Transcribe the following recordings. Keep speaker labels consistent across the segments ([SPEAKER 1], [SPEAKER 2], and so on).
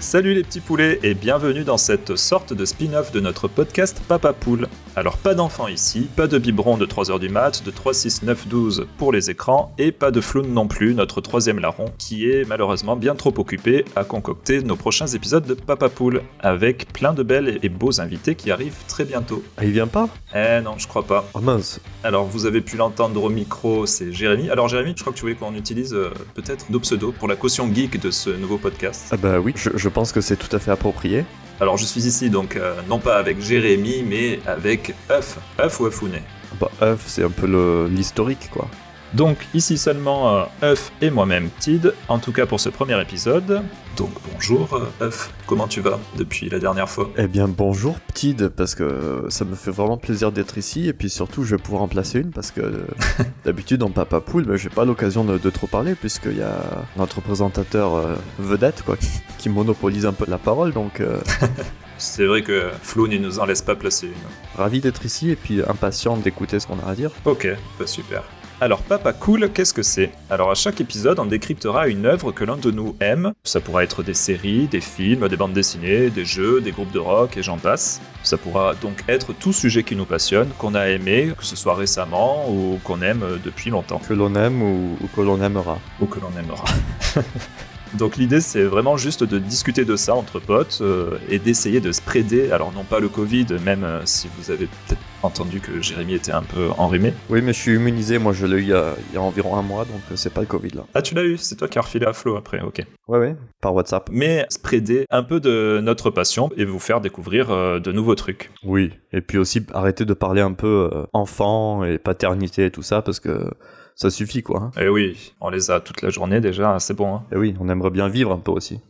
[SPEAKER 1] Salut les petits poulets et bienvenue dans cette sorte de spin-off de notre podcast Papa Poule. Alors pas d'enfants ici, pas de biberon de 3h du mat, de 3, 6, 9, 12 pour les écrans et pas de floune non plus, notre troisième larron qui est malheureusement bien trop occupé à concocter nos prochains épisodes de Papa Poule avec plein de belles et beaux invités qui arrivent très bientôt.
[SPEAKER 2] Ah, il vient pas
[SPEAKER 1] Eh non, je crois pas.
[SPEAKER 2] Oh mince.
[SPEAKER 1] Alors vous avez pu l'entendre au micro, c'est Jérémy. Alors Jérémy, je crois que tu voulais qu'on utilise euh, peut-être nos pseudos pour la caution geek de ce nouveau podcast.
[SPEAKER 2] Ah bah oui, je, je pense que c'est tout à fait approprié.
[SPEAKER 1] Alors je suis ici donc euh, non pas avec Jérémy mais avec Euf, Euf ou Eufounet.
[SPEAKER 2] Bah œuf, c'est un peu le- l'historique quoi.
[SPEAKER 1] Donc ici seulement euh, Euf et moi-même Tid, en tout cas pour ce premier épisode. Donc bonjour euh, Euf, comment tu vas depuis la dernière fois
[SPEAKER 2] Eh bien bonjour Ptid, parce que ça me fait vraiment plaisir d'être ici et puis surtout je vais pouvoir en placer une parce que euh, d'habitude en Papa Poule, mais j'ai pas l'occasion de, de trop parler puisqu'il y a notre présentateur euh, vedette quoi qui monopolise un peu la parole donc euh,
[SPEAKER 1] C'est vrai que Floune il nous en laisse pas placer une.
[SPEAKER 2] ravi d'être ici et puis impatient d'écouter ce qu'on a à dire.
[SPEAKER 1] Ok, bah super. Alors Papa Cool, qu'est-ce que c'est Alors à chaque épisode, on décryptera une œuvre que l'un de nous aime. Ça pourra être des séries, des films, des bandes dessinées, des jeux, des groupes de rock et j'en passe. Ça pourra donc être tout sujet qui nous passionne, qu'on a aimé, que ce soit récemment ou qu'on aime euh, depuis longtemps.
[SPEAKER 2] Que l'on aime ou, ou que l'on aimera.
[SPEAKER 1] ou que l'on aimera. Donc l'idée c'est vraiment juste de discuter de ça entre potes euh, et d'essayer de spreader, alors non pas le Covid, même euh, si vous avez peut-être entendu que Jérémy était un peu enrhumé.
[SPEAKER 2] Oui mais je suis immunisé, moi je l'ai eu il y, a, il y a environ un mois donc euh, c'est pas le Covid là.
[SPEAKER 1] Ah tu l'as eu, c'est toi qui as refilé à Flo après, ok.
[SPEAKER 2] Ouais ouais, par WhatsApp.
[SPEAKER 1] Mais spreader un peu de notre passion et vous faire découvrir euh, de nouveaux trucs.
[SPEAKER 2] Oui, et puis aussi arrêter de parler un peu euh, enfant et paternité et tout ça parce que ça suffit quoi. hein.
[SPEAKER 1] Et Eh oui, on les a toute la journée déjà, c'est bon. hein.
[SPEAKER 2] Et oui, on aimerait bien vivre un peu aussi.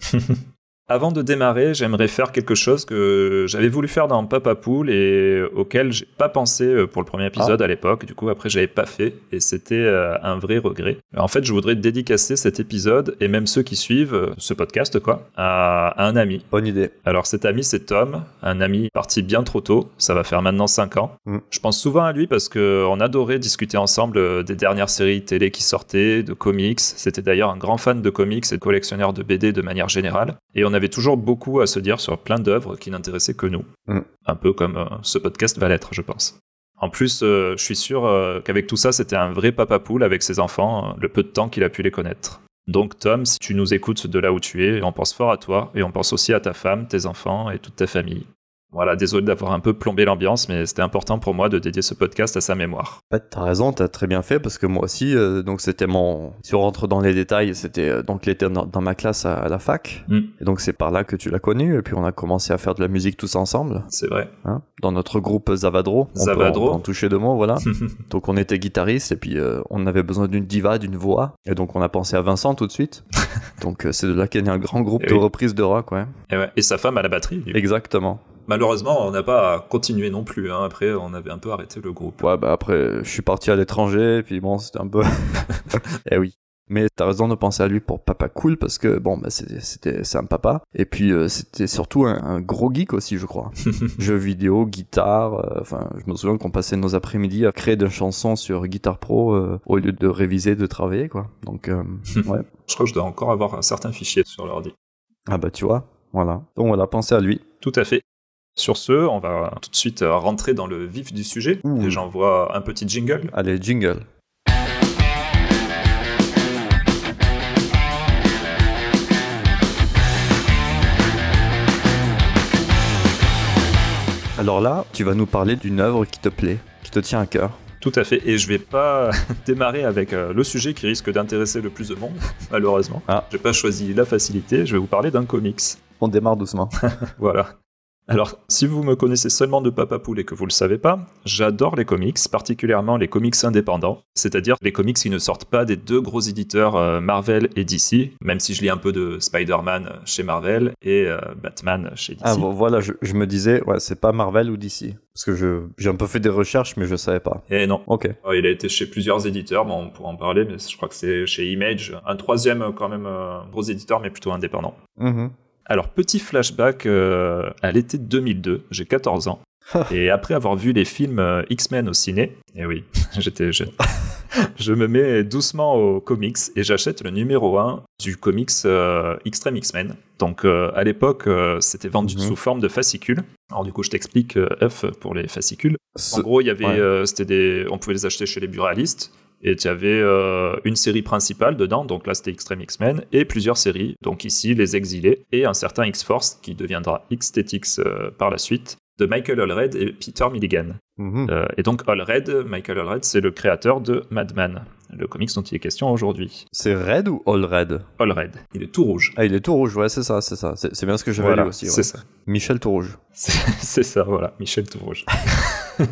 [SPEAKER 1] Avant de démarrer, j'aimerais faire quelque chose que j'avais voulu faire dans Papa Pool et auquel j'ai pas pensé euh, pour le premier épisode à l'époque. Du coup, après, j'avais pas fait et c'était euh, un vrai regret. En fait, je voudrais dédicacer cet épisode et même ceux qui suivent euh, ce podcast, quoi, à, à un ami.
[SPEAKER 2] Bonne idée.
[SPEAKER 1] Alors, cet ami, c'est Tom, un ami parti bien trop tôt. Ça va faire maintenant 5 ans.
[SPEAKER 2] Mm.
[SPEAKER 1] Je pense souvent à lui parce que on adorait discuter ensemble euh, des dernières séries télé qui sortaient, de comics. C'était d'ailleurs un grand fan de comics et de collectionneur de BD de manière générale. Et on avait toujours beaucoup à se dire sur plein d'œuvres qui n'intéressaient que nous.
[SPEAKER 2] Mm.
[SPEAKER 1] Un peu comme euh, ce podcast va l'être, je pense. En plus, euh, je suis sûr euh, qu'avec tout ça, c'était un vrai papa poule avec ses enfants, euh, le peu de temps qu'il a pu les connaître. Donc Tom, si tu nous écoutes de là où tu es, on pense fort à toi et on pense aussi à ta femme, tes enfants et toute ta famille. Voilà, désolé d'avoir un peu plombé l'ambiance, mais c'était important pour moi de dédier ce podcast à sa mémoire.
[SPEAKER 2] En fait, t'as raison, t'as très bien fait parce que moi aussi, euh, donc c'était mon. Si on rentre dans les détails, c'était euh, donc l'été dans, dans ma classe à, à la fac.
[SPEAKER 1] Mm.
[SPEAKER 2] Et donc c'est par là que tu l'as connu. Et puis on a commencé à faire de la musique tous ensemble,
[SPEAKER 1] C'est vrai.
[SPEAKER 2] hein, dans notre groupe Zavadro. On peut-
[SPEAKER 1] Zavadro.
[SPEAKER 2] on peut en toucher deux mots, voilà. Donc on était guitariste et puis euh, on avait besoin d'une diva, d'une voix. Et donc on a pensé à Vincent tout de suite. donc euh, c'est de là qu'est né un grand groupe
[SPEAKER 1] Eh
[SPEAKER 2] de
[SPEAKER 1] oui. Eh
[SPEAKER 2] reprises de rock, ouais.
[SPEAKER 1] et, ouais, et sa femme à la batterie. du coup.
[SPEAKER 2] Exactement.
[SPEAKER 1] Malheureusement, on n'a pas continué non plus. hein. Après, on avait un peu arrêté le groupe.
[SPEAKER 2] Ouais, bah après euh, je suis parti à l'étranger et puis bon c'était un peu... eh oui. Mais t'as raison de penser à lui pour Papa Cool parce que bon bah c'était- c'était c'est un papa et puis euh, c'était surtout un, un gros geek aussi je crois jeux vidéo guitare euh, enfin je me souviens qu'on passait nos après-midi à créer des chansons sur Guitar Pro euh, au lieu de réviser de travailler quoi donc euh,
[SPEAKER 1] Je crois que je dois encore avoir certains fichiers sur l'ordi.
[SPEAKER 2] Ah bah tu vois, voilà. Donc voilà, pensez à lui.
[SPEAKER 1] Tout à fait. Sur ce, on va tout de suite euh, rentrer dans le vif du sujet.
[SPEAKER 2] Ouh.
[SPEAKER 1] Et j'envoie un petit jingle.
[SPEAKER 2] Allez, jingle. Alors là, tu vas nous parler d'une œuvre qui te plaît, qui te tient à cœur.
[SPEAKER 1] Tout à fait. Et je vais pas démarrer avec euh, le sujet qui risque d'intéresser le plus de monde, malheureusement.
[SPEAKER 2] Ah.
[SPEAKER 1] J'ai pas choisi la facilité, je vais vous parler d'un comics.
[SPEAKER 2] On démarre doucement.
[SPEAKER 1] Voilà. Alors, si vous me connaissez seulement de Papa Poule et que vous le savez pas, j'adore les comics, particulièrement les comics indépendants, c'est-à-dire les comics qui ne sortent pas des deux gros éditeurs euh, Marvel et DC, même si je lis un peu de Spider-Man chez Marvel et euh, Batman chez DC.
[SPEAKER 2] Ah bon, voilà, je, je me disais, ouais, c'est pas Marvel ou DC. Parce que je- j'ai un peu fait des recherches, mais je savais pas.
[SPEAKER 1] Et non,
[SPEAKER 2] Ok.
[SPEAKER 1] Euh, Il a été chez plusieurs éditeurs, bon, on pourra en parler, mais je crois que c'est chez Image, un troisième euh, quand même euh, gros éditeur, mais plutôt indépendant.
[SPEAKER 2] Mhm.
[SPEAKER 1] Alors, petit flashback euh, à l'été 2002, j'ai 14 ans. Et après avoir vu les films euh, X-Men au ciné, et oui, j'étais jeune, je me mets doucement aux comics et j'achète le numéro 1 du comics euh, Extreme X-Men. Donc euh, à l'époque, euh, c'était vendu
[SPEAKER 2] Mhm.
[SPEAKER 1] sous forme de fascicules. Alors du coup, je t'explique euh, F pour les fascicules. En
[SPEAKER 2] Ce-
[SPEAKER 1] gros, il y avait,
[SPEAKER 2] ouais.
[SPEAKER 1] euh, c'était des, on pouvait les acheter chez les buralistes. Et tu avais euh, une série principale dedans, donc là c'était Extreme X-Men, et plusieurs séries, donc ici Les Exilés, et un certain X-Force qui deviendra X-Tetix euh, par la suite, de Michael Allred et Peter Milligan.
[SPEAKER 2] Mhm.
[SPEAKER 1] Euh, et donc Allred, Michael Allred, c'est le créateur de Madman, le comics dont il est question aujourd'hui.
[SPEAKER 2] C'est Red ou All Red
[SPEAKER 1] Allred, il est tout rouge.
[SPEAKER 2] Ah, il est tout rouge, ouais, c'est ça, c'est ça. C'est c'est bien ce que j'avais
[SPEAKER 1] Voilà,
[SPEAKER 2] lu aussi. ouais.
[SPEAKER 1] c'est ça.
[SPEAKER 2] Michel tout rouge.
[SPEAKER 1] C'est c'est ça, voilà, Michel tout rouge.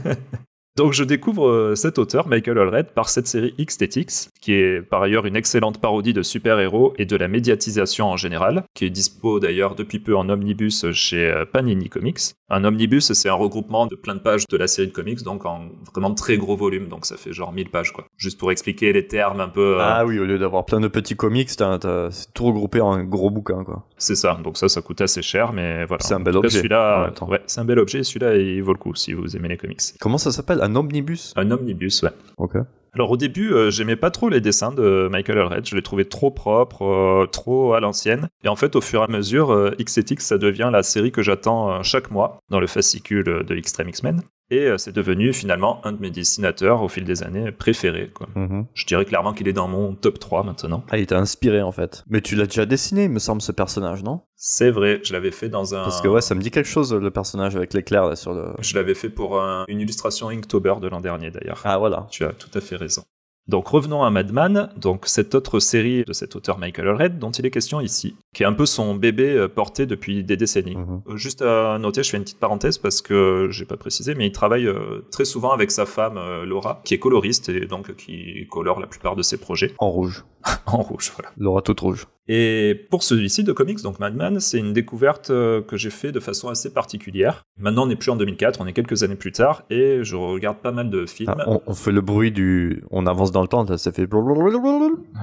[SPEAKER 1] Donc je découvre euh, cet auteur, Michael Allred, par cette série X-Tetix, qui est par ailleurs une excellente parodie de super-héros et de la médiatisation en général, qui est dispo d'ailleurs depuis peu en omnibus chez euh, Panini Comics. Un omnibus, c'est un regroupement de plein de pages de la série de comics, donc en vraiment très gros volume, donc ça fait genre 1000 pages, quoi. Juste pour expliquer les termes un peu... euh,
[SPEAKER 2] Ah oui, au lieu d'avoir plein de petits comics, t'as- t'as- c'est tout regroupé en un gros bouquin, quoi.
[SPEAKER 1] C'est ça, donc ça, ça coûte assez cher, mais voilà.
[SPEAKER 2] C'est un bel
[SPEAKER 1] Ah, En tout cas,
[SPEAKER 2] objet. en
[SPEAKER 1] Celui-là,
[SPEAKER 2] même temps.
[SPEAKER 1] ouais, c'est un bel objet, celui-là, il vaut le coup si vous aimez les comics.
[SPEAKER 2] Comment ça s'appelle Un omnibus
[SPEAKER 1] Un omnibus, ouais.
[SPEAKER 2] Ok.
[SPEAKER 1] Alors au début, euh, j'aimais pas trop les dessins de Michael Allred, je les trouvais trop propres, euh, trop à l'ancienne. Et en fait, au fur et à mesure, euh, X-Etix, ça devient la série que j'attends euh, chaque mois dans le fascicule euh, de Extreme X-Men. Et euh, c'est devenu finalement un de mes dessinateurs au fil des années préférés. quoi.
[SPEAKER 2] Mhm.
[SPEAKER 1] Je dirais clairement qu'il est dans mon top 3 maintenant.
[SPEAKER 2] Ah, il t'a inspiré en fait. Mais tu l'as déjà dessiné, il me semble, ce personnage, non
[SPEAKER 1] C'est vrai, je l'avais fait dans un...
[SPEAKER 2] Parce que ouais, ça me dit quelque chose, le personnage avec l'éclair là sur le.
[SPEAKER 1] Je l'avais fait pour un- une illustration Inktober de l'an dernier d'ailleurs.
[SPEAKER 2] Ah voilà.
[SPEAKER 1] Tu as tout à fait raison. Donc revenons à Madman, donc cette autre série de cet auteur Michael Allred dont il est question ici, qui est un peu son bébé euh, porté depuis des décennies.
[SPEAKER 2] Mhm.
[SPEAKER 1] Euh, Juste à noter, je fais une petite parenthèse parce que j'ai pas précisé, mais il travaille euh, très souvent avec sa femme euh, Laura, qui est coloriste et donc euh, qui colore la plupart de ses projets
[SPEAKER 2] En rouge.
[SPEAKER 1] en rouge. Voilà.
[SPEAKER 2] L'aura toute rouge.
[SPEAKER 1] Et pour celui-ci de comics, donc Madman, c'est une découverte euh, que j'ai fait de façon assez particulière. Maintenant, on n'est plus en 2004, on est quelques années plus tard, et je regarde pas mal de films.
[SPEAKER 2] Ah, on, on fait le bruit du. On avance dans le temps, là, ça fait.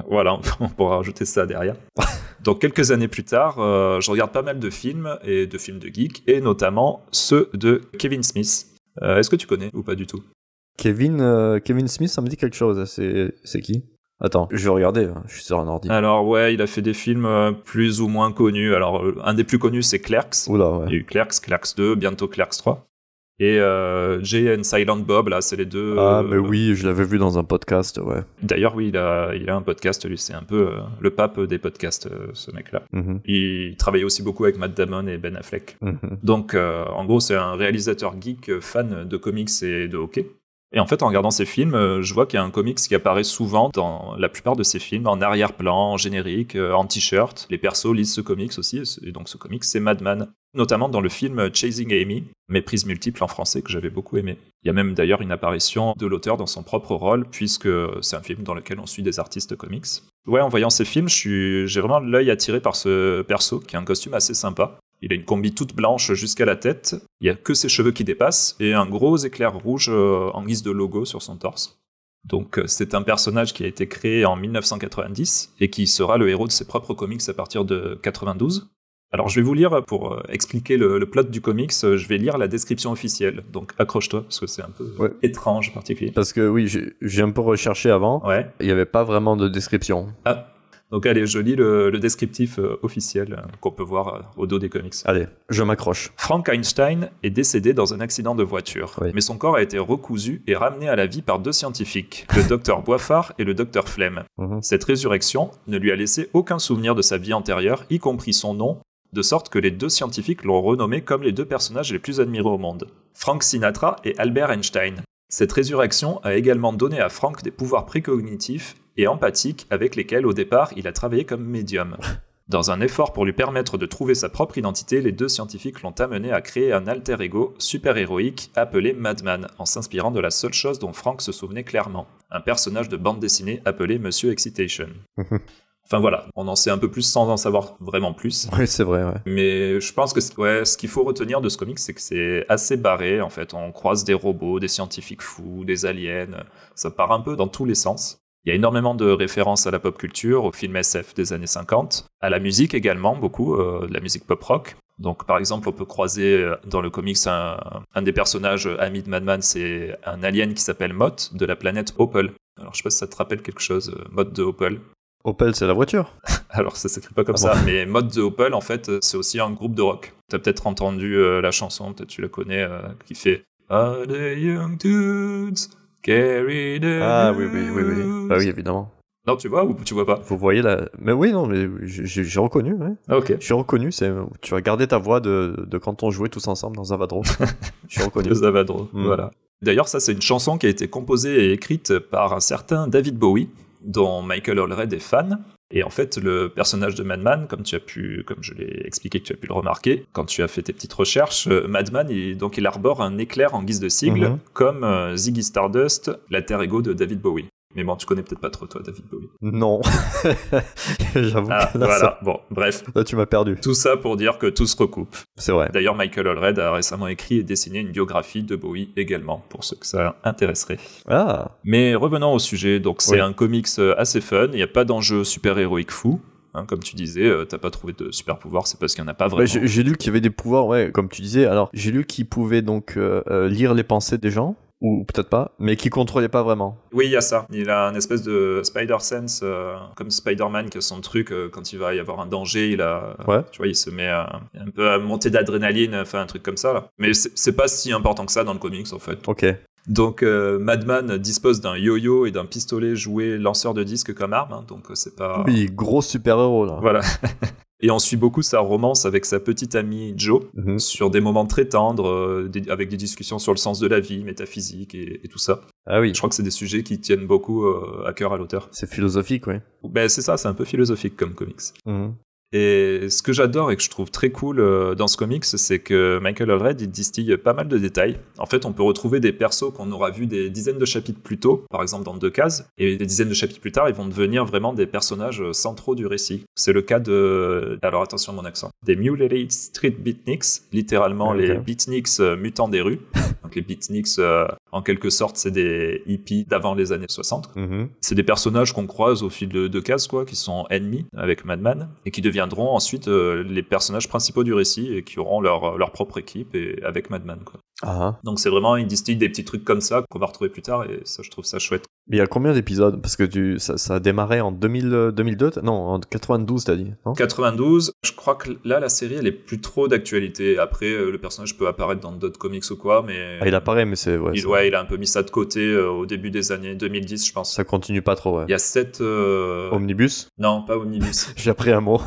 [SPEAKER 1] Voilà, on pourra rajouter ça derrière. Donc quelques années plus tard, euh, je regarde pas mal de films et de films de geek, et notamment ceux de Kevin Smith. Euh, Est-ce que tu connais ou pas du tout
[SPEAKER 2] Kevin, euh, Kevin Smith, ça me dit quelque chose. C'est c'est qui Attends, je vais regarder. hein, Je suis sur un ordi.
[SPEAKER 1] Alors ouais, il a fait des films euh, plus ou moins connus. Alors euh, un des plus connus c'est Clerks. Il
[SPEAKER 2] Oula,
[SPEAKER 1] y
[SPEAKER 2] ouais.
[SPEAKER 1] a eu Clerks, Clerks 2, bientôt Clerks 3. Et euh, Jay and Silent Bob, là, c'est les deux.
[SPEAKER 2] Ah,
[SPEAKER 1] euh,
[SPEAKER 2] mais oui, je l'avais vu dans un podcast, ouais.
[SPEAKER 1] D'ailleurs, oui, il a, il a un podcast, lui. C'est un peu euh, le pape des podcasts, euh, ce mec-là.
[SPEAKER 2] Mhm,
[SPEAKER 1] Il travaillait aussi beaucoup avec Matt Damon et Ben Affleck.
[SPEAKER 2] mhm.
[SPEAKER 1] Donc, euh, en gros, c'est un réalisateur geek euh, fan de comics et de hockey. Et en fait, en regardant ces films, euh, je vois qu'il y a un comics qui apparaît souvent dans la plupart de ces films, en arrière-plan, en générique, euh, en t-shirt. Les persos lisent ce comics aussi, et ce- et donc ce comics, c'est Madman. Notamment dans le film euh, Chasing Amy, Méprise multiple en français, que j'avais beaucoup aimé. Il y a même d'ailleurs une apparition de l'auteur dans son propre rôle, puisque c'est un film dans lequel on suit des artistes comics. Ouais, en voyant ces films, je suis- j'ai vraiment l'œil attiré par ce perso, qui a un costume assez sympa. Il a une combi toute blanche jusqu'à la tête, il n'y a que ses cheveux qui dépassent, et un gros éclair rouge euh, en guise de logo sur son torse. Donc euh, c'est un personnage qui a été créé en 1990 et qui sera le héros de ses propres comics à partir de 92. Alors je vais vous lire, pour euh, expliquer le, le plot du comics, euh, je vais lire la description officielle, donc accroche-toi, parce que c'est un peu
[SPEAKER 2] Ouais.
[SPEAKER 1] étrange, particulier.
[SPEAKER 2] Parce que oui, j'ai- j'ai un peu recherché avant.
[SPEAKER 1] Ouais.
[SPEAKER 2] Il n'y avait pas vraiment de description.
[SPEAKER 1] Ah. Donc allez, je lis le, le descriptif euh, officiel euh, qu'on peut voir euh, au dos des comics.
[SPEAKER 2] Allez, je m'accroche.
[SPEAKER 1] Frank Einstein est décédé dans un accident de voiture,
[SPEAKER 2] Oui.
[SPEAKER 1] mais son corps a été recousu et ramené à la vie par deux scientifiques, le docteur Boifard et le docteur Flemme.
[SPEAKER 2] Mhm.
[SPEAKER 1] Cette résurrection ne lui a laissé aucun souvenir de sa vie antérieure, y compris son nom, de sorte que les deux scientifiques l'ont renommé comme les deux personnages les plus admirés au monde, Frank Sinatra et Albert Einstein. Cette résurrection a également donné à Frank des pouvoirs précognitifs et empathiques avec lesquels au départ il a travaillé comme médium. Dans un effort pour lui permettre de trouver sa propre identité, les deux scientifiques l'ont amené à créer un alter ego super-héroïque appelé Madman, en s'inspirant de la seule chose dont Frank se souvenait clairement, un personnage de bande dessinée appelé Monsieur Excitation. enfin voilà, on en sait un peu plus sans en savoir vraiment plus.
[SPEAKER 2] Oui, c'est vrai, ouais.
[SPEAKER 1] Mais je pense que c- ouais, ce qu'il faut retenir de ce comic, c'est que c'est assez barré en fait. On croise des robots, des scientifiques fous, des aliens. Ça part un peu dans tous les sens. Il y a énormément de références à la pop culture, aux films SF des années 50, à la musique également, beaucoup, euh, de la musique pop rock. Donc, par exemple, on peut croiser euh, dans le comics un, un des personnages euh, amis de Madman, c'est un alien qui s'appelle Mott de la planète Opel. Alors, je sais pas si ça te rappelle quelque chose, euh, Mott de Opel.
[SPEAKER 2] Opel, c'est la voiture.
[SPEAKER 1] Alors, ça s'écrit pas comme
[SPEAKER 2] Ah
[SPEAKER 1] ça, mais Mott de Opel, en fait, euh, c'est aussi un groupe de rock. T'as peut-être entendu euh, la chanson, peut-être tu la connais, euh, qui fait All the young dudes carry the
[SPEAKER 2] Ah oui, oui, oui, oui.
[SPEAKER 1] news.
[SPEAKER 2] Bah oui, évidemment.
[SPEAKER 1] Non, tu vois ou tu vois pas
[SPEAKER 2] Vous voyez la. Mais oui, non, mais j'ai- j'ai j'ai reconnu, ouais.
[SPEAKER 1] Ah, Ok.
[SPEAKER 2] Je suis reconnu, c'est tu as gardé ta voix de, de quand on jouait tous ensemble dans Zavadro. je suis reconnu.
[SPEAKER 1] Dios Zavadro,
[SPEAKER 2] Mm.
[SPEAKER 1] voilà. D'ailleurs, ça, c'est une chanson qui a été composée et écrite par un certain David Bowie, dont Michael Allred est fan. Et en fait, le personnage de Madman, comme tu as pu, comme je l'ai expliqué, que tu as pu le remarquer, quand tu as fait tes petites recherches, euh, Madman, il, donc, il arbore un éclair en guise de sigle,
[SPEAKER 2] Mhm.
[SPEAKER 1] comme euh, Ziggy Stardust, l'alter ego de David Bowie. Mais bon, tu connais peut-être pas trop, toi, David Bowie.
[SPEAKER 2] Non. J'avoue
[SPEAKER 1] Ah,
[SPEAKER 2] que là, ça-
[SPEAKER 1] voilà. Bon, bref.
[SPEAKER 2] là, tu m'as perdu.
[SPEAKER 1] Tout ça pour dire que tout se recoupe.
[SPEAKER 2] C'est vrai.
[SPEAKER 1] D'ailleurs, Michael Allred a récemment écrit et dessiné une biographie de Bowie également, pour ceux que ça intéresserait.
[SPEAKER 2] Ah,
[SPEAKER 1] Mais revenons au sujet, donc c'est
[SPEAKER 2] Oui.
[SPEAKER 1] un comics euh, assez fun, il n'y a pas d'enjeu super-héroïque fou. hein, comme tu disais, euh, t'as pas trouvé de super pouvoir, c'est parce qu'il n'y en a pas
[SPEAKER 2] Ouais,
[SPEAKER 1] vraiment.
[SPEAKER 2] Bah, j'ai j'ai lu qu'il y avait des pouvoirs, ouais, comme tu disais. Alors, j'ai lu qu'ils pouvaient donc euh, euh, lire les pensées des gens, ou peut-être pas, mais qu'ils contrôlaient pas vraiment.
[SPEAKER 1] oui, il y a ça. Il a un espèce de Spider-Sense, euh, comme Spider-Man, que son truc, euh, quand il va y avoir un danger, il a.
[SPEAKER 2] Ouais.
[SPEAKER 1] Tu vois, il se met à- un peu à monter d'adrénaline, enfin un truc comme ça. Là. Mais c'est c'est pas si important que ça dans le comics, en fait.
[SPEAKER 2] Ok.
[SPEAKER 1] Donc euh, Madman dispose d'un yo-yo et d'un pistolet joué lanceur de disque comme arme, hein, donc euh, c'est pas...
[SPEAKER 2] Oui, gros super-héros, là.
[SPEAKER 1] Voilà. et on suit beaucoup sa romance avec sa petite amie Jo,
[SPEAKER 2] Mhm.
[SPEAKER 1] sur des moments très tendres, euh, des- avec des discussions sur le sens de la vie, métaphysique et, et tout ça.
[SPEAKER 2] Ah oui,
[SPEAKER 1] Je crois que c'est des sujets qui tiennent beaucoup euh, à cœur à l'auteur.
[SPEAKER 2] c'est philosophique, oui.
[SPEAKER 1] Ben, c'est ça, c'est un peu philosophique comme comics.
[SPEAKER 2] Mhm.
[SPEAKER 1] Et ce que j'adore et que je trouve très cool euh, dans ce comics, c'est que Michael Allred il distille pas mal de détails. En fait, on peut retrouver des persos qu'on aura vus des dizaines de chapitres plus tôt, par exemple dans deux cases, et des dizaines de chapitres plus tard, ils vont devenir vraiment des personnages euh, centraux du récit. C'est le cas de, alors attention à mon accent, des Mutilated Street Beatniks, littéralement
[SPEAKER 2] Ok.
[SPEAKER 1] les Beatniks euh, mutants des rues. Donc les Beatniks, euh, en quelque sorte, c'est des hippies d'avant les années 60.
[SPEAKER 2] Mhm.
[SPEAKER 1] C'est des personnages qu'on croise au fil de, de cases, quoi, qui sont ennemis avec Madman, et qui deviendront ensuite euh, les personnages principaux du récit, et qui auront leur, euh, leur propre équipe et, avec Madman. Quoi.
[SPEAKER 2] Ah.
[SPEAKER 1] Donc c'est vraiment, ils distillent des petits trucs comme ça qu'on va retrouver plus tard, et ça, je trouve ça chouette.
[SPEAKER 2] Mais il y a combien d'épisodes Parce que tu, ça, ça a démarré en 2000, euh, 2002, t'as- non, en 92, t'as dit, non
[SPEAKER 1] 92, je crois que là, la série, elle est plus trop d'actualité. Après, euh, le personnage peut apparaître dans d'autres comics ou quoi, mais
[SPEAKER 2] Ah, Il apparaît, mais c'est... Ouais,
[SPEAKER 1] il,
[SPEAKER 2] ça,
[SPEAKER 1] ouais, il a un peu mis ça de côté euh, au début des années 2010, je pense.
[SPEAKER 2] ça continue pas trop, ouais.
[SPEAKER 1] Il y a 7...
[SPEAKER 2] euh, Omnibus
[SPEAKER 1] Non, pas Omnibus.
[SPEAKER 2] J'ai appris un mot.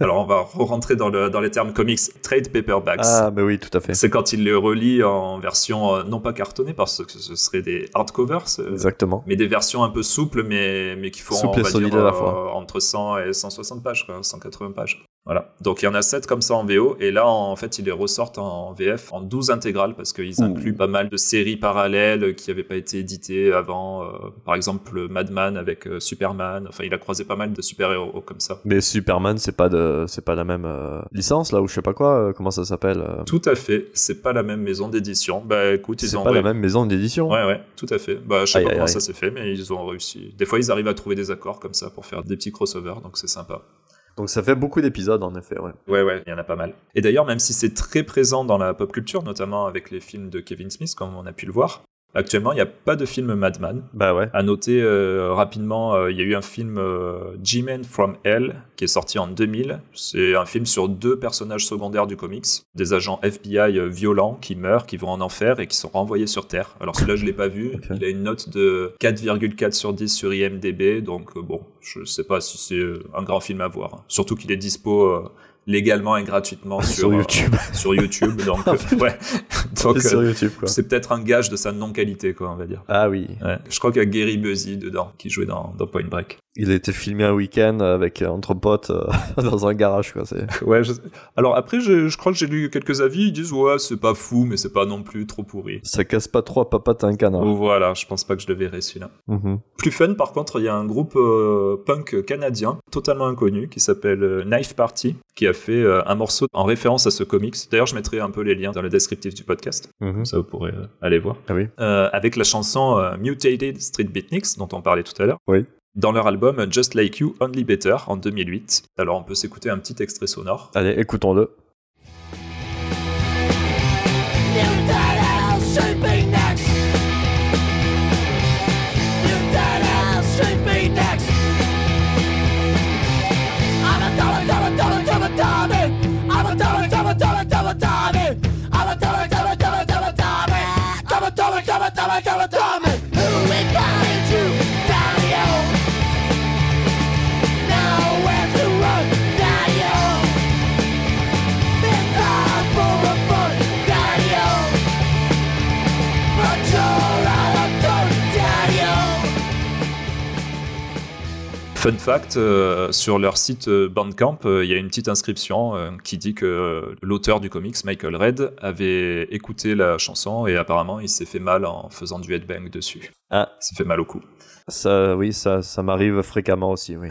[SPEAKER 1] Alors on va rentrer dans, le- dans les termes comics. Trade paperbacks.
[SPEAKER 2] Ah, mais oui, tout à fait.
[SPEAKER 1] C'est quand il les relie en version euh, non pas cartonnée parce que ce serait des hardcovers, euh,
[SPEAKER 2] Exactement.
[SPEAKER 1] mais des versions un peu souples mais, mais qui font
[SPEAKER 2] Souples
[SPEAKER 1] on
[SPEAKER 2] et
[SPEAKER 1] va
[SPEAKER 2] solides
[SPEAKER 1] dire,
[SPEAKER 2] à la
[SPEAKER 1] euh,
[SPEAKER 2] fois.
[SPEAKER 1] entre 100 et 160 pages, quoi, 180 pages. Voilà. Donc il y en a 7 comme ça en VO et là en fait ils les ressortent en VF en 12 intégrales parce qu'ils
[SPEAKER 2] Ouh.
[SPEAKER 1] incluent pas mal de séries parallèles euh, qui n'avaient pas été éditées avant. euh, par exemple Madman avec euh, Superman. Enfin il a croisé pas mal de super-héros comme ça.
[SPEAKER 2] Mais Superman, c'est pas de, c'est pas la même euh, licence là ou je sais pas quoi. euh, comment ça s'appelle euh,
[SPEAKER 1] Tout à fait, c'est pas la même maison d'édition. Bah écoute, ils
[SPEAKER 2] C'est
[SPEAKER 1] ont
[SPEAKER 2] pas la
[SPEAKER 1] ré-
[SPEAKER 2] même maison d'édition.
[SPEAKER 1] Ouais, ouais, tout à fait. Bah, je sais
[SPEAKER 2] Aïe,
[SPEAKER 1] pas
[SPEAKER 2] aïe,
[SPEAKER 1] comment
[SPEAKER 2] aïe.
[SPEAKER 1] ça s'est fait, mais ils ont réussi. Des fois, ils arrivent à trouver des accords comme ça pour faire des petits crossovers, donc c'est sympa.
[SPEAKER 2] Donc ça fait beaucoup d'épisodes en effet. Ouais.
[SPEAKER 1] Ouais, ouais, il y en a pas mal. Et d'ailleurs, même si c'est très présent dans la pop culture, notamment avec les films de Kevin Smith, comme on a pu le voir, actuellement, il n'y a pas de film Madman.
[SPEAKER 2] Bah ouais.
[SPEAKER 1] À noter euh, rapidement, euh, il y a eu un film euh, G-Man from Hell qui est sorti en 2000. C'est un film sur deux personnages secondaires du comics, des agents FBI euh, violents qui meurent, qui vont en enfer et qui sont renvoyés sur Terre. Alors celui-là, je l'ai pas vu.
[SPEAKER 2] Ok.
[SPEAKER 1] Il a une note de 4,4 sur 10 sur IMDb, donc euh, bon, je sais pas si c'est euh, un grand film à voir. hein. Surtout qu'il est dispo euh, légalement et gratuitement sur,
[SPEAKER 2] Sur
[SPEAKER 1] euh,
[SPEAKER 2] YouTube.
[SPEAKER 1] sur YouTube. Donc, euh, ouais. Donc,
[SPEAKER 2] sur
[SPEAKER 1] euh,
[SPEAKER 2] YouTube quoi.
[SPEAKER 1] c'est peut-être un gage de sa non-qualité, quoi, on va dire.
[SPEAKER 2] Ah oui.
[SPEAKER 1] Ouais. Je crois qu'il y a Gary Buzzy dedans, qui jouait dans, dans Point Break.
[SPEAKER 2] Il a été filmé un week-end avec euh, entre potes euh, dans un garage quoi. C'est.
[SPEAKER 1] Ouais, je- Alors après, je, je crois que j'ai lu quelques avis, ils disent ouais, c'est pas fou, mais c'est pas non plus trop pourri.
[SPEAKER 2] Ça casse pas trop à papa t'as un canard.
[SPEAKER 1] Oh, voilà, je pense pas que je le verrai celui-là.
[SPEAKER 2] Mhm.
[SPEAKER 1] Plus fun, par contre, il y a un groupe euh, punk canadien, totalement inconnu, qui s'appelle euh, Knife Party, qui a fait euh, un morceau en référence à ce comics. D'ailleurs, je mettrai un peu les liens dans le descriptif du podcast.
[SPEAKER 2] Mhm.
[SPEAKER 1] Comme ça, vous pourrez euh, aller voir.
[SPEAKER 2] Ah oui.
[SPEAKER 1] Euh, avec la chanson euh, Mutated Street Beatniks, dont on parlait tout à l'heure.
[SPEAKER 2] Oui.
[SPEAKER 1] Dans leur album euh, Just Like You, Only Better, en 2008. Alors, on peut s'écouter un petit extrait sonore.
[SPEAKER 2] Allez, écoutons-le.
[SPEAKER 3] Mutated should be next. You dead ass should be next. I'm a dollar, dollar, dollar, dollar, dummy. I'm a dollar, dollar, dollar, dollar, dummy. I'm a dollar, dollar, dollar, dollar, dummy. Dollar, dollar, dollar, dollar, dollar, dummy. Who invited you down here? Nowhere to run, down here. It's time for a fun, down here. But you're out of tune, down here.
[SPEAKER 1] Fun fact, euh, sur leur site euh, Bandcamp, euh, il y a une petite inscription euh, qui dit que euh, l'auteur du comics, Michael Red, avait écouté la chanson et apparemment il s'est fait mal en faisant du headbang dessus.
[SPEAKER 2] Ah.
[SPEAKER 1] Il s'est fait mal au cou.
[SPEAKER 2] Ça, oui, ça, ça m'arrive fréquemment aussi, oui.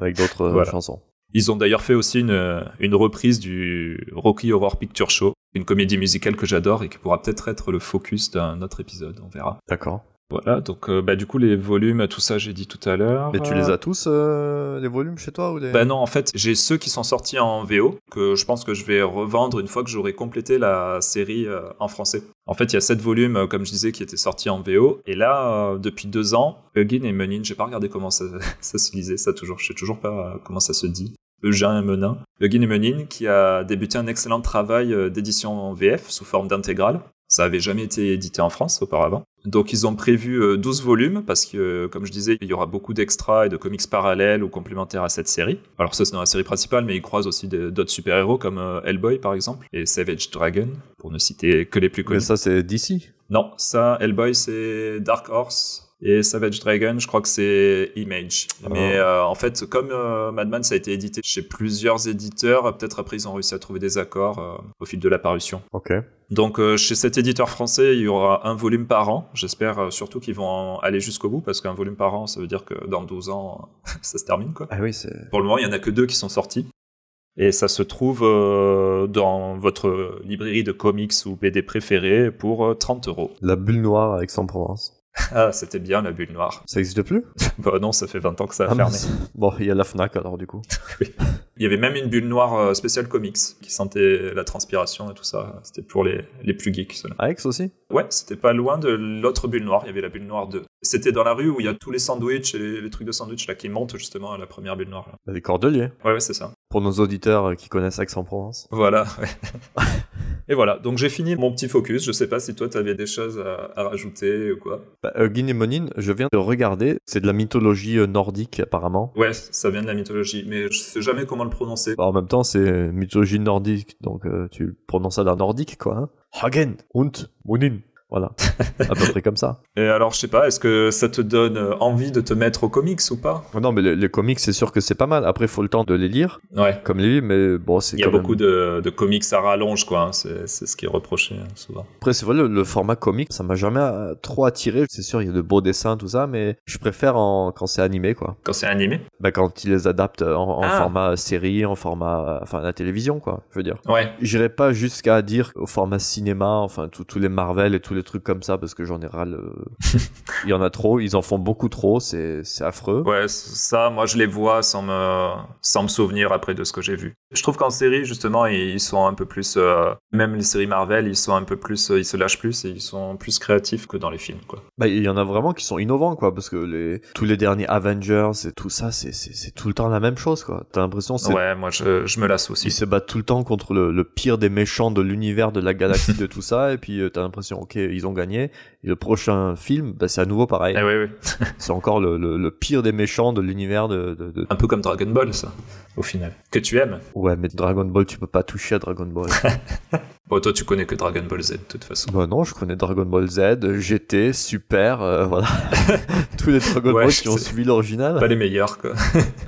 [SPEAKER 2] Avec d'autres euh,
[SPEAKER 1] Voilà.
[SPEAKER 2] chansons.
[SPEAKER 1] Ils ont d'ailleurs fait aussi une, euh, une reprise du Rocky Horror Picture Show, une comédie musicale que j'adore et qui pourra peut-être être le focus d'un autre épisode, on verra.
[SPEAKER 2] D'accord.
[SPEAKER 1] Voilà, donc euh, bah, du coup les volumes, tout ça j'ai dit tout à l'heure.
[SPEAKER 2] Mais tu les as tous, euh, les volumes chez toi ou les...
[SPEAKER 1] Bah non, en fait, j'ai ceux qui sont sortis en VO, que je pense que je vais revendre une fois que j'aurai complété la série euh, en français. En fait, il y a sept volumes, euh, comme je disais, qui étaient sortis en VO. Et là, euh, depuis deux ans, Eugin et Menin, j'ai pas regardé comment ça, ça se lisait, ça toujours, je sais toujours pas euh, comment ça se dit. Eugin et Menin. Eugin et Menin, qui a débuté un excellent travail euh, d'édition en VF sous forme d'intégrale. Ça avait jamais été édité en France auparavant. Donc ils ont prévu euh, 12 volumes parce que, euh, comme je disais, il y aura beaucoup d'extras et de comics parallèles ou complémentaires à cette série. Alors ça c'est dans la série principale, mais ils croisent aussi des- d'autres super-héros comme euh, Hellboy par exemple et Savage Dragon, pour ne citer que les plus
[SPEAKER 2] Mais
[SPEAKER 1] connus.
[SPEAKER 2] ça, c'est d'ici.
[SPEAKER 1] Non, ça, Hellboy c'est Dark Horse. Et Savage Dragon, je crois que c'est Image.
[SPEAKER 2] Ah.
[SPEAKER 1] Mais euh, en fait, comme euh, Madman, ça a été édité chez plusieurs éditeurs, euh, peut-être après ils ont réussi à trouver des accords euh, au fil de la parution.
[SPEAKER 2] Ok.
[SPEAKER 1] Donc euh, chez cet éditeur français, il y aura un volume par an. J'espère euh, surtout qu'ils vont en aller jusqu'au bout parce qu'un volume par an, ça veut dire que dans 12 ans, ça se termine quoi.
[SPEAKER 2] Ah oui, c'est...
[SPEAKER 1] Pour le moment, il y en a que deux qui sont sortis. Et ça se trouve euh, dans votre librairie de comics ou BD préférée pour euh, 30 euros.
[SPEAKER 2] La bulle noire à Aix-en-Provence.
[SPEAKER 1] Ah, c'était bien la bulle noire.
[SPEAKER 2] Ça existe plus
[SPEAKER 1] Bah non, ça fait 20 ans que ça a
[SPEAKER 2] Ah,
[SPEAKER 1] fermé.
[SPEAKER 2] mince. Bon, il y a la FNAC alors du coup.
[SPEAKER 1] Il y avait même une bulle noire euh, spéciale comics qui sentait la transpiration et tout ça. C'était pour les, les plus geeks. ceux-là.
[SPEAKER 2] À Aix aussi
[SPEAKER 1] Ouais, c'était pas loin de l'autre bulle noire, il y avait la bulle noire 2. C'était dans la rue où il y a tous les sandwichs et les, les trucs de sandwich là qui montent justement à la première bulle noire. là.
[SPEAKER 2] Les Bah, Cordeliers.
[SPEAKER 1] Ouais, ouais, c'est ça.
[SPEAKER 2] Pour nos auditeurs euh, qui connaissent Aix-en-Provence.
[SPEAKER 1] Voilà, ouais. Et voilà, donc j'ai fini mon petit focus. Je sais pas si toi t'avais des choses à, à rajouter ou quoi.
[SPEAKER 2] Bah, euh, Guinémonine, je viens de regarder. C'est de la mythologie euh, nordique apparemment.
[SPEAKER 1] Ouais, ça vient de la mythologie, mais je sais jamais comment le prononcer.
[SPEAKER 2] Bah, en même temps, c'est euh, mythologie nordique, donc euh, tu prononces ça dans nordique quoi. hein. Hagen und Munin. Voilà. à peu près comme ça.
[SPEAKER 1] Et alors, je sais pas, est-ce que ça te donne euh, envie de te mettre aux comics ou pas
[SPEAKER 2] Non, mais les, les comics, c'est sûr que c'est pas mal. Après, faut le temps de les lire,
[SPEAKER 1] Ouais.
[SPEAKER 2] comme les livres, mais bon, c'est
[SPEAKER 1] Il y a
[SPEAKER 2] quand même-
[SPEAKER 1] beaucoup de, de comics à rallonge, quoi. hein. C'est c'est ce qui est reproché hein, souvent.
[SPEAKER 2] Après, c'est vrai, le, le format comique, ça m'a jamais euh, trop attiré. C'est sûr, il y a de beaux dessins, tout ça, mais je préfère en- quand c'est animé, quoi.
[SPEAKER 1] Quand c'est animé
[SPEAKER 2] Bah, quand ils les adaptent en, en
[SPEAKER 1] Ah.
[SPEAKER 2] format série, en format. euh, Enfin, la télévision, quoi, je veux dire.
[SPEAKER 1] Ouais,
[SPEAKER 2] J'irai pas jusqu'à dire au format cinéma, enfin, tous tous les Marvel et tous les trucs comme ça, parce que j'en ai ras le- il y en a trop, ils en font beaucoup trop, c'est c'est affreux.
[SPEAKER 1] Ouais, c- ça, moi, je les vois sans me, sans me souvenir après de ce que j'ai vu. Je trouve qu'en série, justement, ils ils sont un peu plus. euh, même les séries Marvel, ils sont un peu plus. euh, Ils se lâchent plus et ils sont plus créatifs que dans les films, quoi.
[SPEAKER 2] Bah, il y en a vraiment qui sont innovants, quoi, parce que les, tous les derniers Avengers et tout ça, c'est- c'est c'est tout le temps la même chose, quoi. T'as l'impression que c'est
[SPEAKER 1] Ouais, moi, je, je me lasse
[SPEAKER 2] Ils
[SPEAKER 1] aussi.
[SPEAKER 2] se battent tout le temps contre le, le pire des méchants de l'univers, de la galaxie, de tout ça, et puis euh, t'as l'impression, ok, ils ont gagné, et le prochain film, bah, c'est à nouveau pareil.
[SPEAKER 1] Eh ouais, ouais.
[SPEAKER 2] C'est encore le, le- le pire des méchants de l'univers de, de- de-
[SPEAKER 1] Un peu comme Dragon Ball, ça, au final. Que tu aimes.
[SPEAKER 2] Ouais, mais Dragon Ball, tu peux pas toucher à Dragon Ball.
[SPEAKER 1] Bon, toi, tu connais que Dragon Ball Z, de toute façon.
[SPEAKER 2] bah non, je connais Dragon Ball Z, GT, Super, euh, voilà. Tous les Dragon
[SPEAKER 1] Ouais,
[SPEAKER 2] Ball qui ont
[SPEAKER 1] c'est-
[SPEAKER 2] suivi l'original.
[SPEAKER 1] Pas les meilleurs, quoi.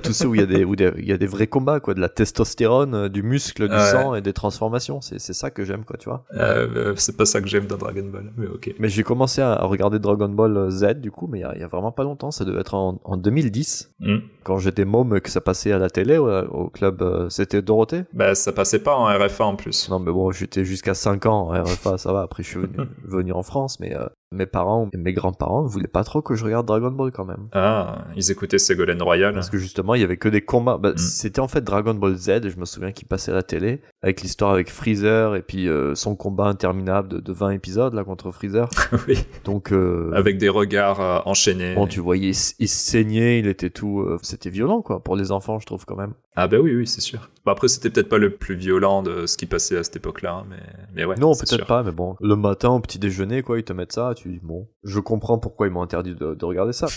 [SPEAKER 2] Tous ceux où il y, a des- où des- il y a des vrais combats, quoi, de la testostérone, euh, du muscle, du
[SPEAKER 1] Ouais.
[SPEAKER 2] sang et des transformations. C'est c'est ça que j'aime, quoi, tu vois.
[SPEAKER 1] Euh, euh, c'est pas ça que j'aime dans Dragon Ball, mais ok.
[SPEAKER 2] Mais j'ai commencé à à regarder Dragon Ball euh, Z du coup, mais il y a- il y, a vraiment pas longtemps, ça devait être en, en 2010,
[SPEAKER 1] Hmm.
[SPEAKER 2] quand j'étais môme que ça passait à la télé, au, au club, euh, c'était Dorothée
[SPEAKER 1] Bah, ça passait pas en RFA en plus.
[SPEAKER 2] hein, Non mais bon, j'étais jusqu'à 5 ans, en RFA, ça va, après je suis venu, venu en France, mais euh, mes parents et mes grands-parents voulaient pas trop que je regarde Dragon Ball quand même.
[SPEAKER 1] Ah, ils écoutaient Ségolène Royal.
[SPEAKER 2] Parce que justement, il y avait que des combats. Bah,
[SPEAKER 1] Mm.
[SPEAKER 2] C'était en fait Dragon Ball Z, je me souviens qu'il passait à la télé, avec l'histoire avec Freezer et puis euh, son combat interminable de, de 20 épisodes là contre Freezer.
[SPEAKER 1] oui. Ah
[SPEAKER 2] Donc, euh,
[SPEAKER 1] Avec des regards euh, enchaînés.
[SPEAKER 2] bon, tu voyais, il, s- il saignait, il était tout. euh, C'était violent quoi, pour les enfants, je trouve quand même.
[SPEAKER 1] Ah bah oui, oui, c'est sûr. Bah après, c'était peut-être pas le plus violent de ce qui passait à cette époque-là, hein, mais... mais ouais.
[SPEAKER 2] non,
[SPEAKER 1] c'est sûr.
[SPEAKER 2] peut-être pas, mais bon, le matin au petit déjeuner, quoi, ils te mettent ça, tu dis, bon, je comprends pourquoi ils m'ont interdit de, de regarder ça.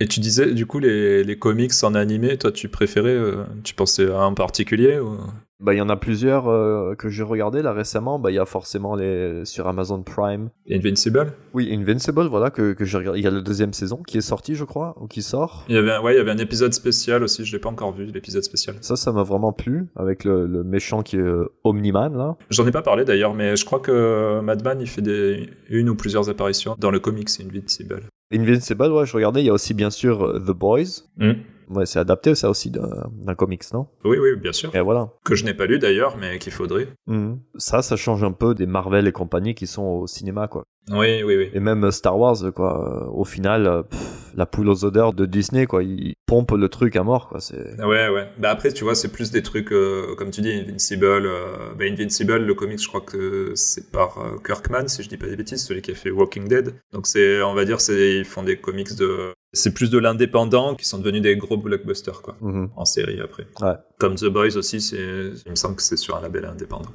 [SPEAKER 1] Et tu disais, du coup, les, les comics en animé, toi, tu préférais, euh, tu pensais à un particulier ou...
[SPEAKER 2] Bah, il y en a plusieurs euh, que j'ai regardé là récemment. Bah, il y a forcément les sur Amazon Prime.
[SPEAKER 1] Invincible
[SPEAKER 2] Oui, Invincible, voilà que, que j'ai regardé. Il y a la deuxième saison qui est sortie, je crois, ou qui sort.
[SPEAKER 1] il y, avait un, ouais, il y avait un épisode spécial aussi, je l'ai pas encore vu, l'épisode spécial.
[SPEAKER 2] Ça, ça m'a vraiment plu avec le, le méchant qui est euh, Omniman là.
[SPEAKER 1] J'en ai pas parlé d'ailleurs, mais je crois que Madman, il fait des, une ou plusieurs apparitions dans le comics Invincible.
[SPEAKER 2] Invincible, ouais, je regardais. Il y a aussi bien sûr euh, The Boys.
[SPEAKER 1] Hmm.
[SPEAKER 2] Ouais, c'est adapté ça aussi d'un d'un comics, non
[SPEAKER 1] Oui, oui, bien sûr.
[SPEAKER 2] Et voilà.
[SPEAKER 1] Que je n'ai pas lu d'ailleurs, mais qu'il faudrait.
[SPEAKER 2] Mhm. Ça, ça change un peu des Marvel et compagnie qui sont au cinéma, quoi.
[SPEAKER 1] Oui, oui, oui.
[SPEAKER 2] Et même euh, Star Wars, quoi. euh, Au final, euh, pff, la poule aux odeurs de Disney, quoi. Ils pompent le truc à mort, quoi. C'est
[SPEAKER 1] Ouais, ouais. Bah après, tu vois, c'est plus des trucs, euh, comme tu dis, Invincible. euh, bah, Invincible, le comics, je crois que c'est par euh, Kirkman, si je dis pas des bêtises, celui qui a fait Walking Dead. Donc c'est, on va dire, c'est, ils font des comics de... C'est plus de l'indépendant qui sont devenus des gros blockbusters, quoi.
[SPEAKER 2] Mhm.
[SPEAKER 1] En série après.
[SPEAKER 2] Ouais.
[SPEAKER 1] Comme The Boys aussi, c'est, il me semble que c'est sur un label indépendant.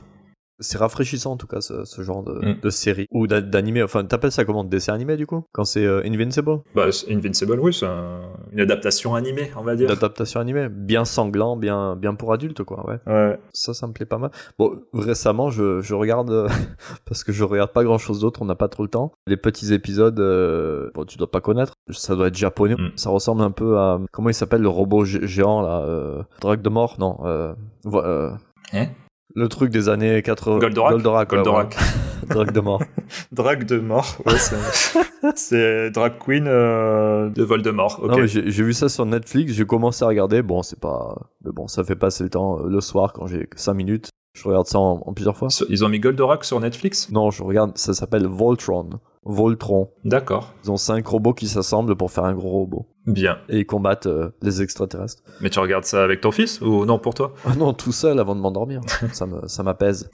[SPEAKER 2] C'est rafraîchissant en tout cas ce, ce genre de,
[SPEAKER 1] Mm.
[SPEAKER 2] de série ou d'a- d'animé. Enfin, t'appelles ça comment de Dessin animé du coup Quand c'est euh, Invincible
[SPEAKER 1] Bah, c'est- Invincible, oui, c'est un- une adaptation animée, on va dire.
[SPEAKER 2] D'adaptation animée. Bien sanglant, bien, bien pour adultes quoi, ouais.
[SPEAKER 1] Ouais.
[SPEAKER 2] Ça, ça me plaît pas mal. Bon, récemment, je, je regarde, euh, parce que je regarde pas grand chose d'autre, on n'a pas trop le temps. Les petits épisodes, euh, bon, tu dois pas connaître, ça doit être japonais.
[SPEAKER 1] Mm.
[SPEAKER 2] Ça ressemble un peu à. Comment il s'appelle le robot gé- géant là euh, Drague de mort Non. Euh, vo- euh,
[SPEAKER 1] Hein
[SPEAKER 2] le truc des années 80.
[SPEAKER 1] Goldorak
[SPEAKER 2] Goldorak. ouais,
[SPEAKER 1] Goldorak.
[SPEAKER 2] voilà. Drague de mort.
[SPEAKER 1] Drag de mort, ouais, c'est- c'est drag queen euh, de Voldemort. Ok.
[SPEAKER 2] Non, mais j'ai j'ai vu ça sur Netflix, j'ai commencé à regarder. Bon, c'est pas. Mais bon, ça fait passer le temps euh, le soir quand j'ai 5 minutes. Je regarde ça en, en plusieurs fois.
[SPEAKER 1] Sur- Ils ont mis Goldorak sur Netflix
[SPEAKER 2] Non, je regarde, ça s'appelle Voltron. Voltron.
[SPEAKER 1] D'accord.
[SPEAKER 2] Ils ont 5 robots qui s'assemblent pour faire un gros robot.
[SPEAKER 1] Bien.
[SPEAKER 2] Et ils combattent euh, les extraterrestres.
[SPEAKER 1] Mais tu regardes ça avec ton fils ou non pour toi
[SPEAKER 2] Ah non, tout seul avant de m'endormir. ça me- ça m'apaise.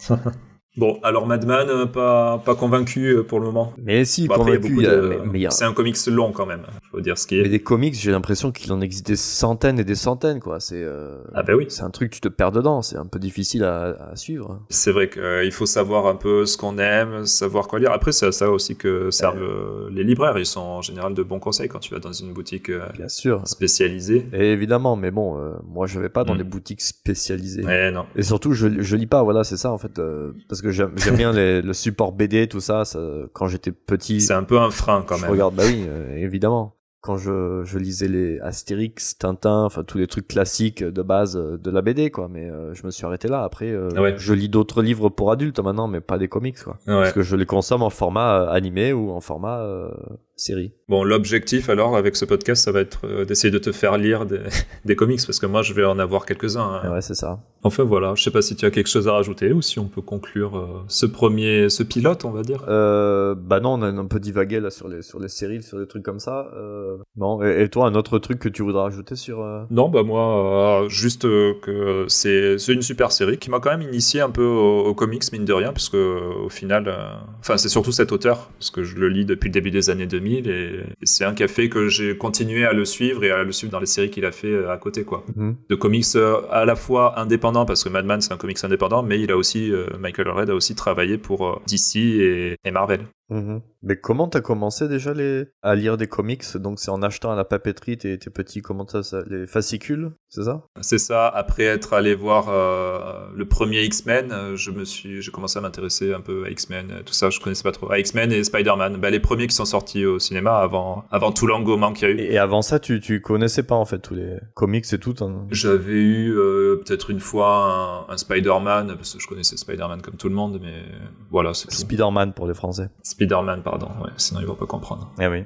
[SPEAKER 1] Bon, alors Madman, euh, pas, pas convaincu euh, pour le moment.
[SPEAKER 2] mais si,
[SPEAKER 1] Bon, après, il y a
[SPEAKER 2] convaincu,
[SPEAKER 1] beaucoup
[SPEAKER 2] il y a-
[SPEAKER 1] de-
[SPEAKER 2] mais- mais il y a-
[SPEAKER 1] C'est un comics long quand même, hein, faut dire ce qui est.
[SPEAKER 2] mais des comics, j'ai l'impression qu'il en existe des centaines et des centaines, quoi. C'est euh,
[SPEAKER 1] Ah bah oui.
[SPEAKER 2] c'est un truc, tu te perds dedans. C'est un peu difficile à- à suivre. hein.
[SPEAKER 1] C'est vrai qu'il faut savoir un peu ce qu'on aime, savoir quoi lire. Après, c'est à ça aussi que servent euh, les libraires. Ils sont en général de bons conseils quand tu vas dans une boutique euh,
[SPEAKER 2] Bien sûr.
[SPEAKER 1] spécialisée.
[SPEAKER 2] Et évidemment, mais bon, euh, moi je vais pas dans
[SPEAKER 1] Mm.
[SPEAKER 2] des boutiques spécialisées.
[SPEAKER 1] Eh non.
[SPEAKER 2] Et surtout, je, je lis pas, voilà, c'est ça en fait, euh, parce que j'aime j'aime bien les- le support BD, tout ça. ça, quand j'étais petit,
[SPEAKER 1] C'est un peu un frein quand
[SPEAKER 2] je
[SPEAKER 1] même.
[SPEAKER 2] regarde, bah oui, euh, évidemment. Quand je, je lisais les Astérix, Tintin, enfin tous les trucs classiques de base euh, de la BD, quoi. Mais euh, je me suis arrêté là. Après, euh,
[SPEAKER 1] Ah Ouais.
[SPEAKER 2] je lis d'autres livres pour adultes maintenant, mais pas des comics, quoi.
[SPEAKER 1] Ouais.
[SPEAKER 2] Parce que je les consomme en format euh, animé ou en format euh, série.
[SPEAKER 1] Bon, l'objectif alors avec ce podcast, ça va être euh, d'essayer de te faire lire des, des comics parce que moi, je vais en avoir quelques-uns. hein.
[SPEAKER 2] Et ouais c'est ça.
[SPEAKER 1] Enfin voilà, je sais pas si tu as quelque chose à rajouter ou si on peut conclure euh, ce premier, ce pilote, on va dire.
[SPEAKER 2] Euh, bah non, on a un peu divagué là sur les, sur les séries, sur des trucs comme ça. Euh, non, et, et toi, un autre truc que tu voudrais ajouter sur... euh,
[SPEAKER 1] Non, bah moi, euh, juste euh, que c'est c'est une super série qui m'a quand même initié un peu au, au comics, mine de rien, parce que euh, au final, euh, enfin, c'est surtout cet auteur, parce que je le lis depuis le début des années 2000, et, et c'est un qui a fait que j'ai continué à le suivre et à le suivre dans les séries qu'il a fait euh, à côté, quoi. De comics euh, à la fois indépendants, parce que Madman c'est un comics indépendant, mais il a aussi, euh, Michael Red a aussi travaillé pour euh, DC et, et Marvel.
[SPEAKER 2] Mhm. Mais comment t'as commencé déjà les... à lire des comics Donc c'est en achetant à la papeterie tes, tes petits, comment ça, ça- les fascicules, c'est ça
[SPEAKER 1] C'est ça, après être allé voir euh, le premier X-Men, euh, je me suis, j'ai commencé à m'intéresser un peu à X-Men, euh, tout ça, je connaissais pas trop. À X-Men et Spider-Man, bah, les premiers qui sont sortis au cinéma avant, avant tout l'engouement qu'il y a eu.
[SPEAKER 2] et, et avant ça, tu, tu connaissais pas en fait tous les comics et tout hein.
[SPEAKER 1] J'avais eu euh, peut-être une fois un, un Spider-Man, parce que je connaissais Spider-Man comme tout le monde, mais voilà, c'est tout.
[SPEAKER 2] Spider-Man pour les Français.
[SPEAKER 1] Spider-Man, pardon, ouais, sinon ils vont pas comprendre.
[SPEAKER 2] Eh oui.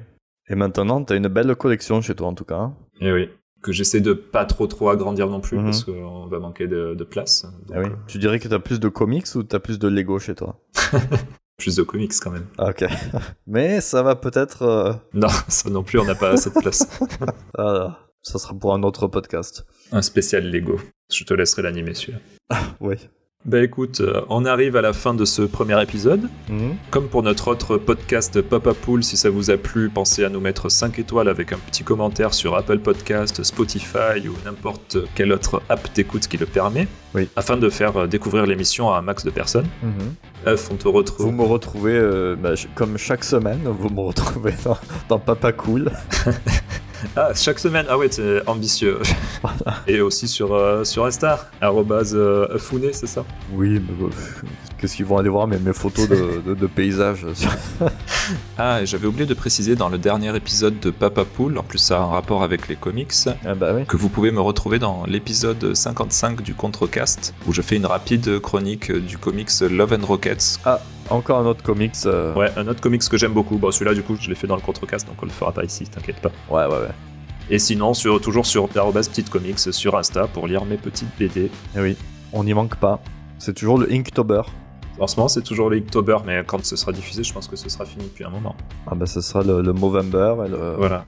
[SPEAKER 2] Et maintenant, t'as une belle collection chez toi en tout cas. hein.
[SPEAKER 1] Et Eh oui, que j'essaie de pas trop trop agrandir non plus,
[SPEAKER 2] Mhm.
[SPEAKER 1] parce qu'on va manquer de, de place.
[SPEAKER 2] Eh oui.
[SPEAKER 1] Donc, euh,
[SPEAKER 2] Tu dirais que t'as plus de comics ou t'as plus de Lego chez toi
[SPEAKER 1] Plus de comics quand même.
[SPEAKER 2] Ah, ok. Mais ça va peut-être. euh,
[SPEAKER 1] Non, ça non plus, on n'a pas assez de place.
[SPEAKER 2] ah, ça sera pour un autre podcast.
[SPEAKER 1] Un spécial Lego. Je te laisserai l'animer celui-là.
[SPEAKER 2] Oui.
[SPEAKER 1] Bah écoute, euh, on arrive à la fin de ce premier épisode.
[SPEAKER 2] Mhm.
[SPEAKER 1] Comme pour notre autre podcast Papa Pool, si ça vous a plu, pensez à nous mettre 5 étoiles avec un petit commentaire sur Apple Podcast, Spotify ou n'importe quelle autre app d'écoute qui le permet,
[SPEAKER 2] Oui.
[SPEAKER 1] afin de faire euh, découvrir l'émission à un max de personnes.
[SPEAKER 2] Mhm.
[SPEAKER 1] Ef, on te
[SPEAKER 2] Vous
[SPEAKER 1] retrouve.
[SPEAKER 2] me retrouvez, euh, bah, je- comme chaque semaine, vous me retrouvez dans, dans Papa Cool.
[SPEAKER 1] Ah, chaque semaine, ah ouais, t'es ambitieux. Et aussi sur, euh, sur Insta, arrobase euh, Founé, c'est ça
[SPEAKER 2] Oui, mais euh, qu'est-ce qu'ils vont aller voir mes, mes photos de, de- de paysages sur-
[SPEAKER 1] Ah, et j'avais oublié de préciser dans le dernier épisode de Papa Pool, en plus ça a un rapport avec les comics,
[SPEAKER 2] Ah bah oui.
[SPEAKER 1] que vous pouvez me retrouver dans l'épisode 55 du Contrecast, où je fais une rapide chronique du comics Love and Rockets.
[SPEAKER 2] Encore un autre comics. euh,
[SPEAKER 1] Ouais, un autre comics que j'aime beaucoup. Bon, celui-là, du coup, je l'ai fait dans le Contrecast, donc on le fera pas ici, t'inquiète pas.
[SPEAKER 2] ouais, ouais, ouais.
[SPEAKER 1] Et sinon, sur, toujours sur arrobase petite comics sur Insta pour lire mes petites BD.
[SPEAKER 2] Eh oui, on n'y manque pas. C'est toujours le Inktober.
[SPEAKER 1] En ce moment, c'est toujours le Inktober, mais quand ce sera diffusé, je pense que ce sera fini depuis un moment. Euh,
[SPEAKER 2] Ah bah ce sera le, le Movember et le...
[SPEAKER 1] Voilà.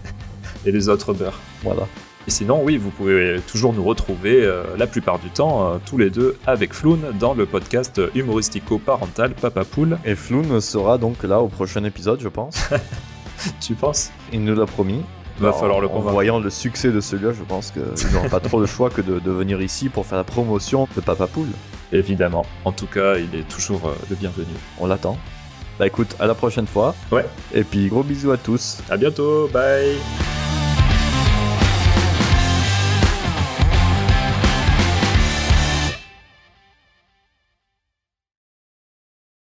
[SPEAKER 1] Et les autres beurres.
[SPEAKER 2] Voilà.
[SPEAKER 1] Et sinon, oui, vous pouvez toujours nous retrouver euh, la plupart du temps, euh, tous les deux, avec Floun, dans le podcast humoristico-parental Papa Poule.
[SPEAKER 2] Et Floun sera donc là au prochain épisode, je pense.
[SPEAKER 1] Tu penses
[SPEAKER 2] Il nous l'a promis.
[SPEAKER 1] Va
[SPEAKER 2] Alors,
[SPEAKER 1] falloir le
[SPEAKER 2] En
[SPEAKER 1] convaincre.
[SPEAKER 2] voyant le succès de celui-là, je pense qu'ils n'auront pas trop le choix que de, de venir ici pour faire la promotion de Papa Poule.
[SPEAKER 1] Évidemment. En tout cas, il est toujours euh, le bienvenu.
[SPEAKER 2] On l'attend. Bah écoute, à la prochaine fois.
[SPEAKER 1] Ouais.
[SPEAKER 2] Et puis gros bisous à tous.
[SPEAKER 1] À bientôt, bye